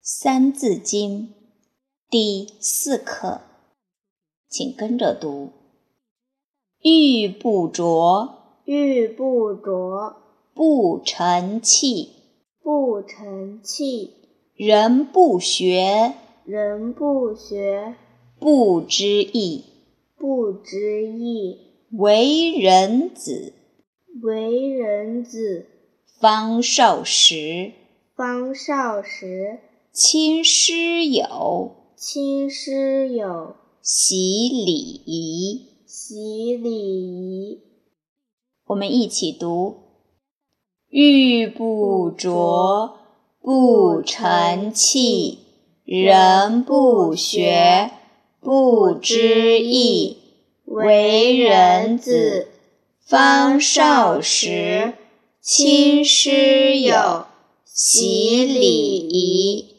三字经》第四课，请跟着读：玉不琢，玉不琢，不成器；不成器；人不学，人不学，不知义。不知义。为人子，为人子，方少时；方少时，亲师友，亲师友，习礼仪。习礼仪。我们一起读：玉不琢，不成器；人不学，不知义。为人子，方少时，亲师友，习礼仪。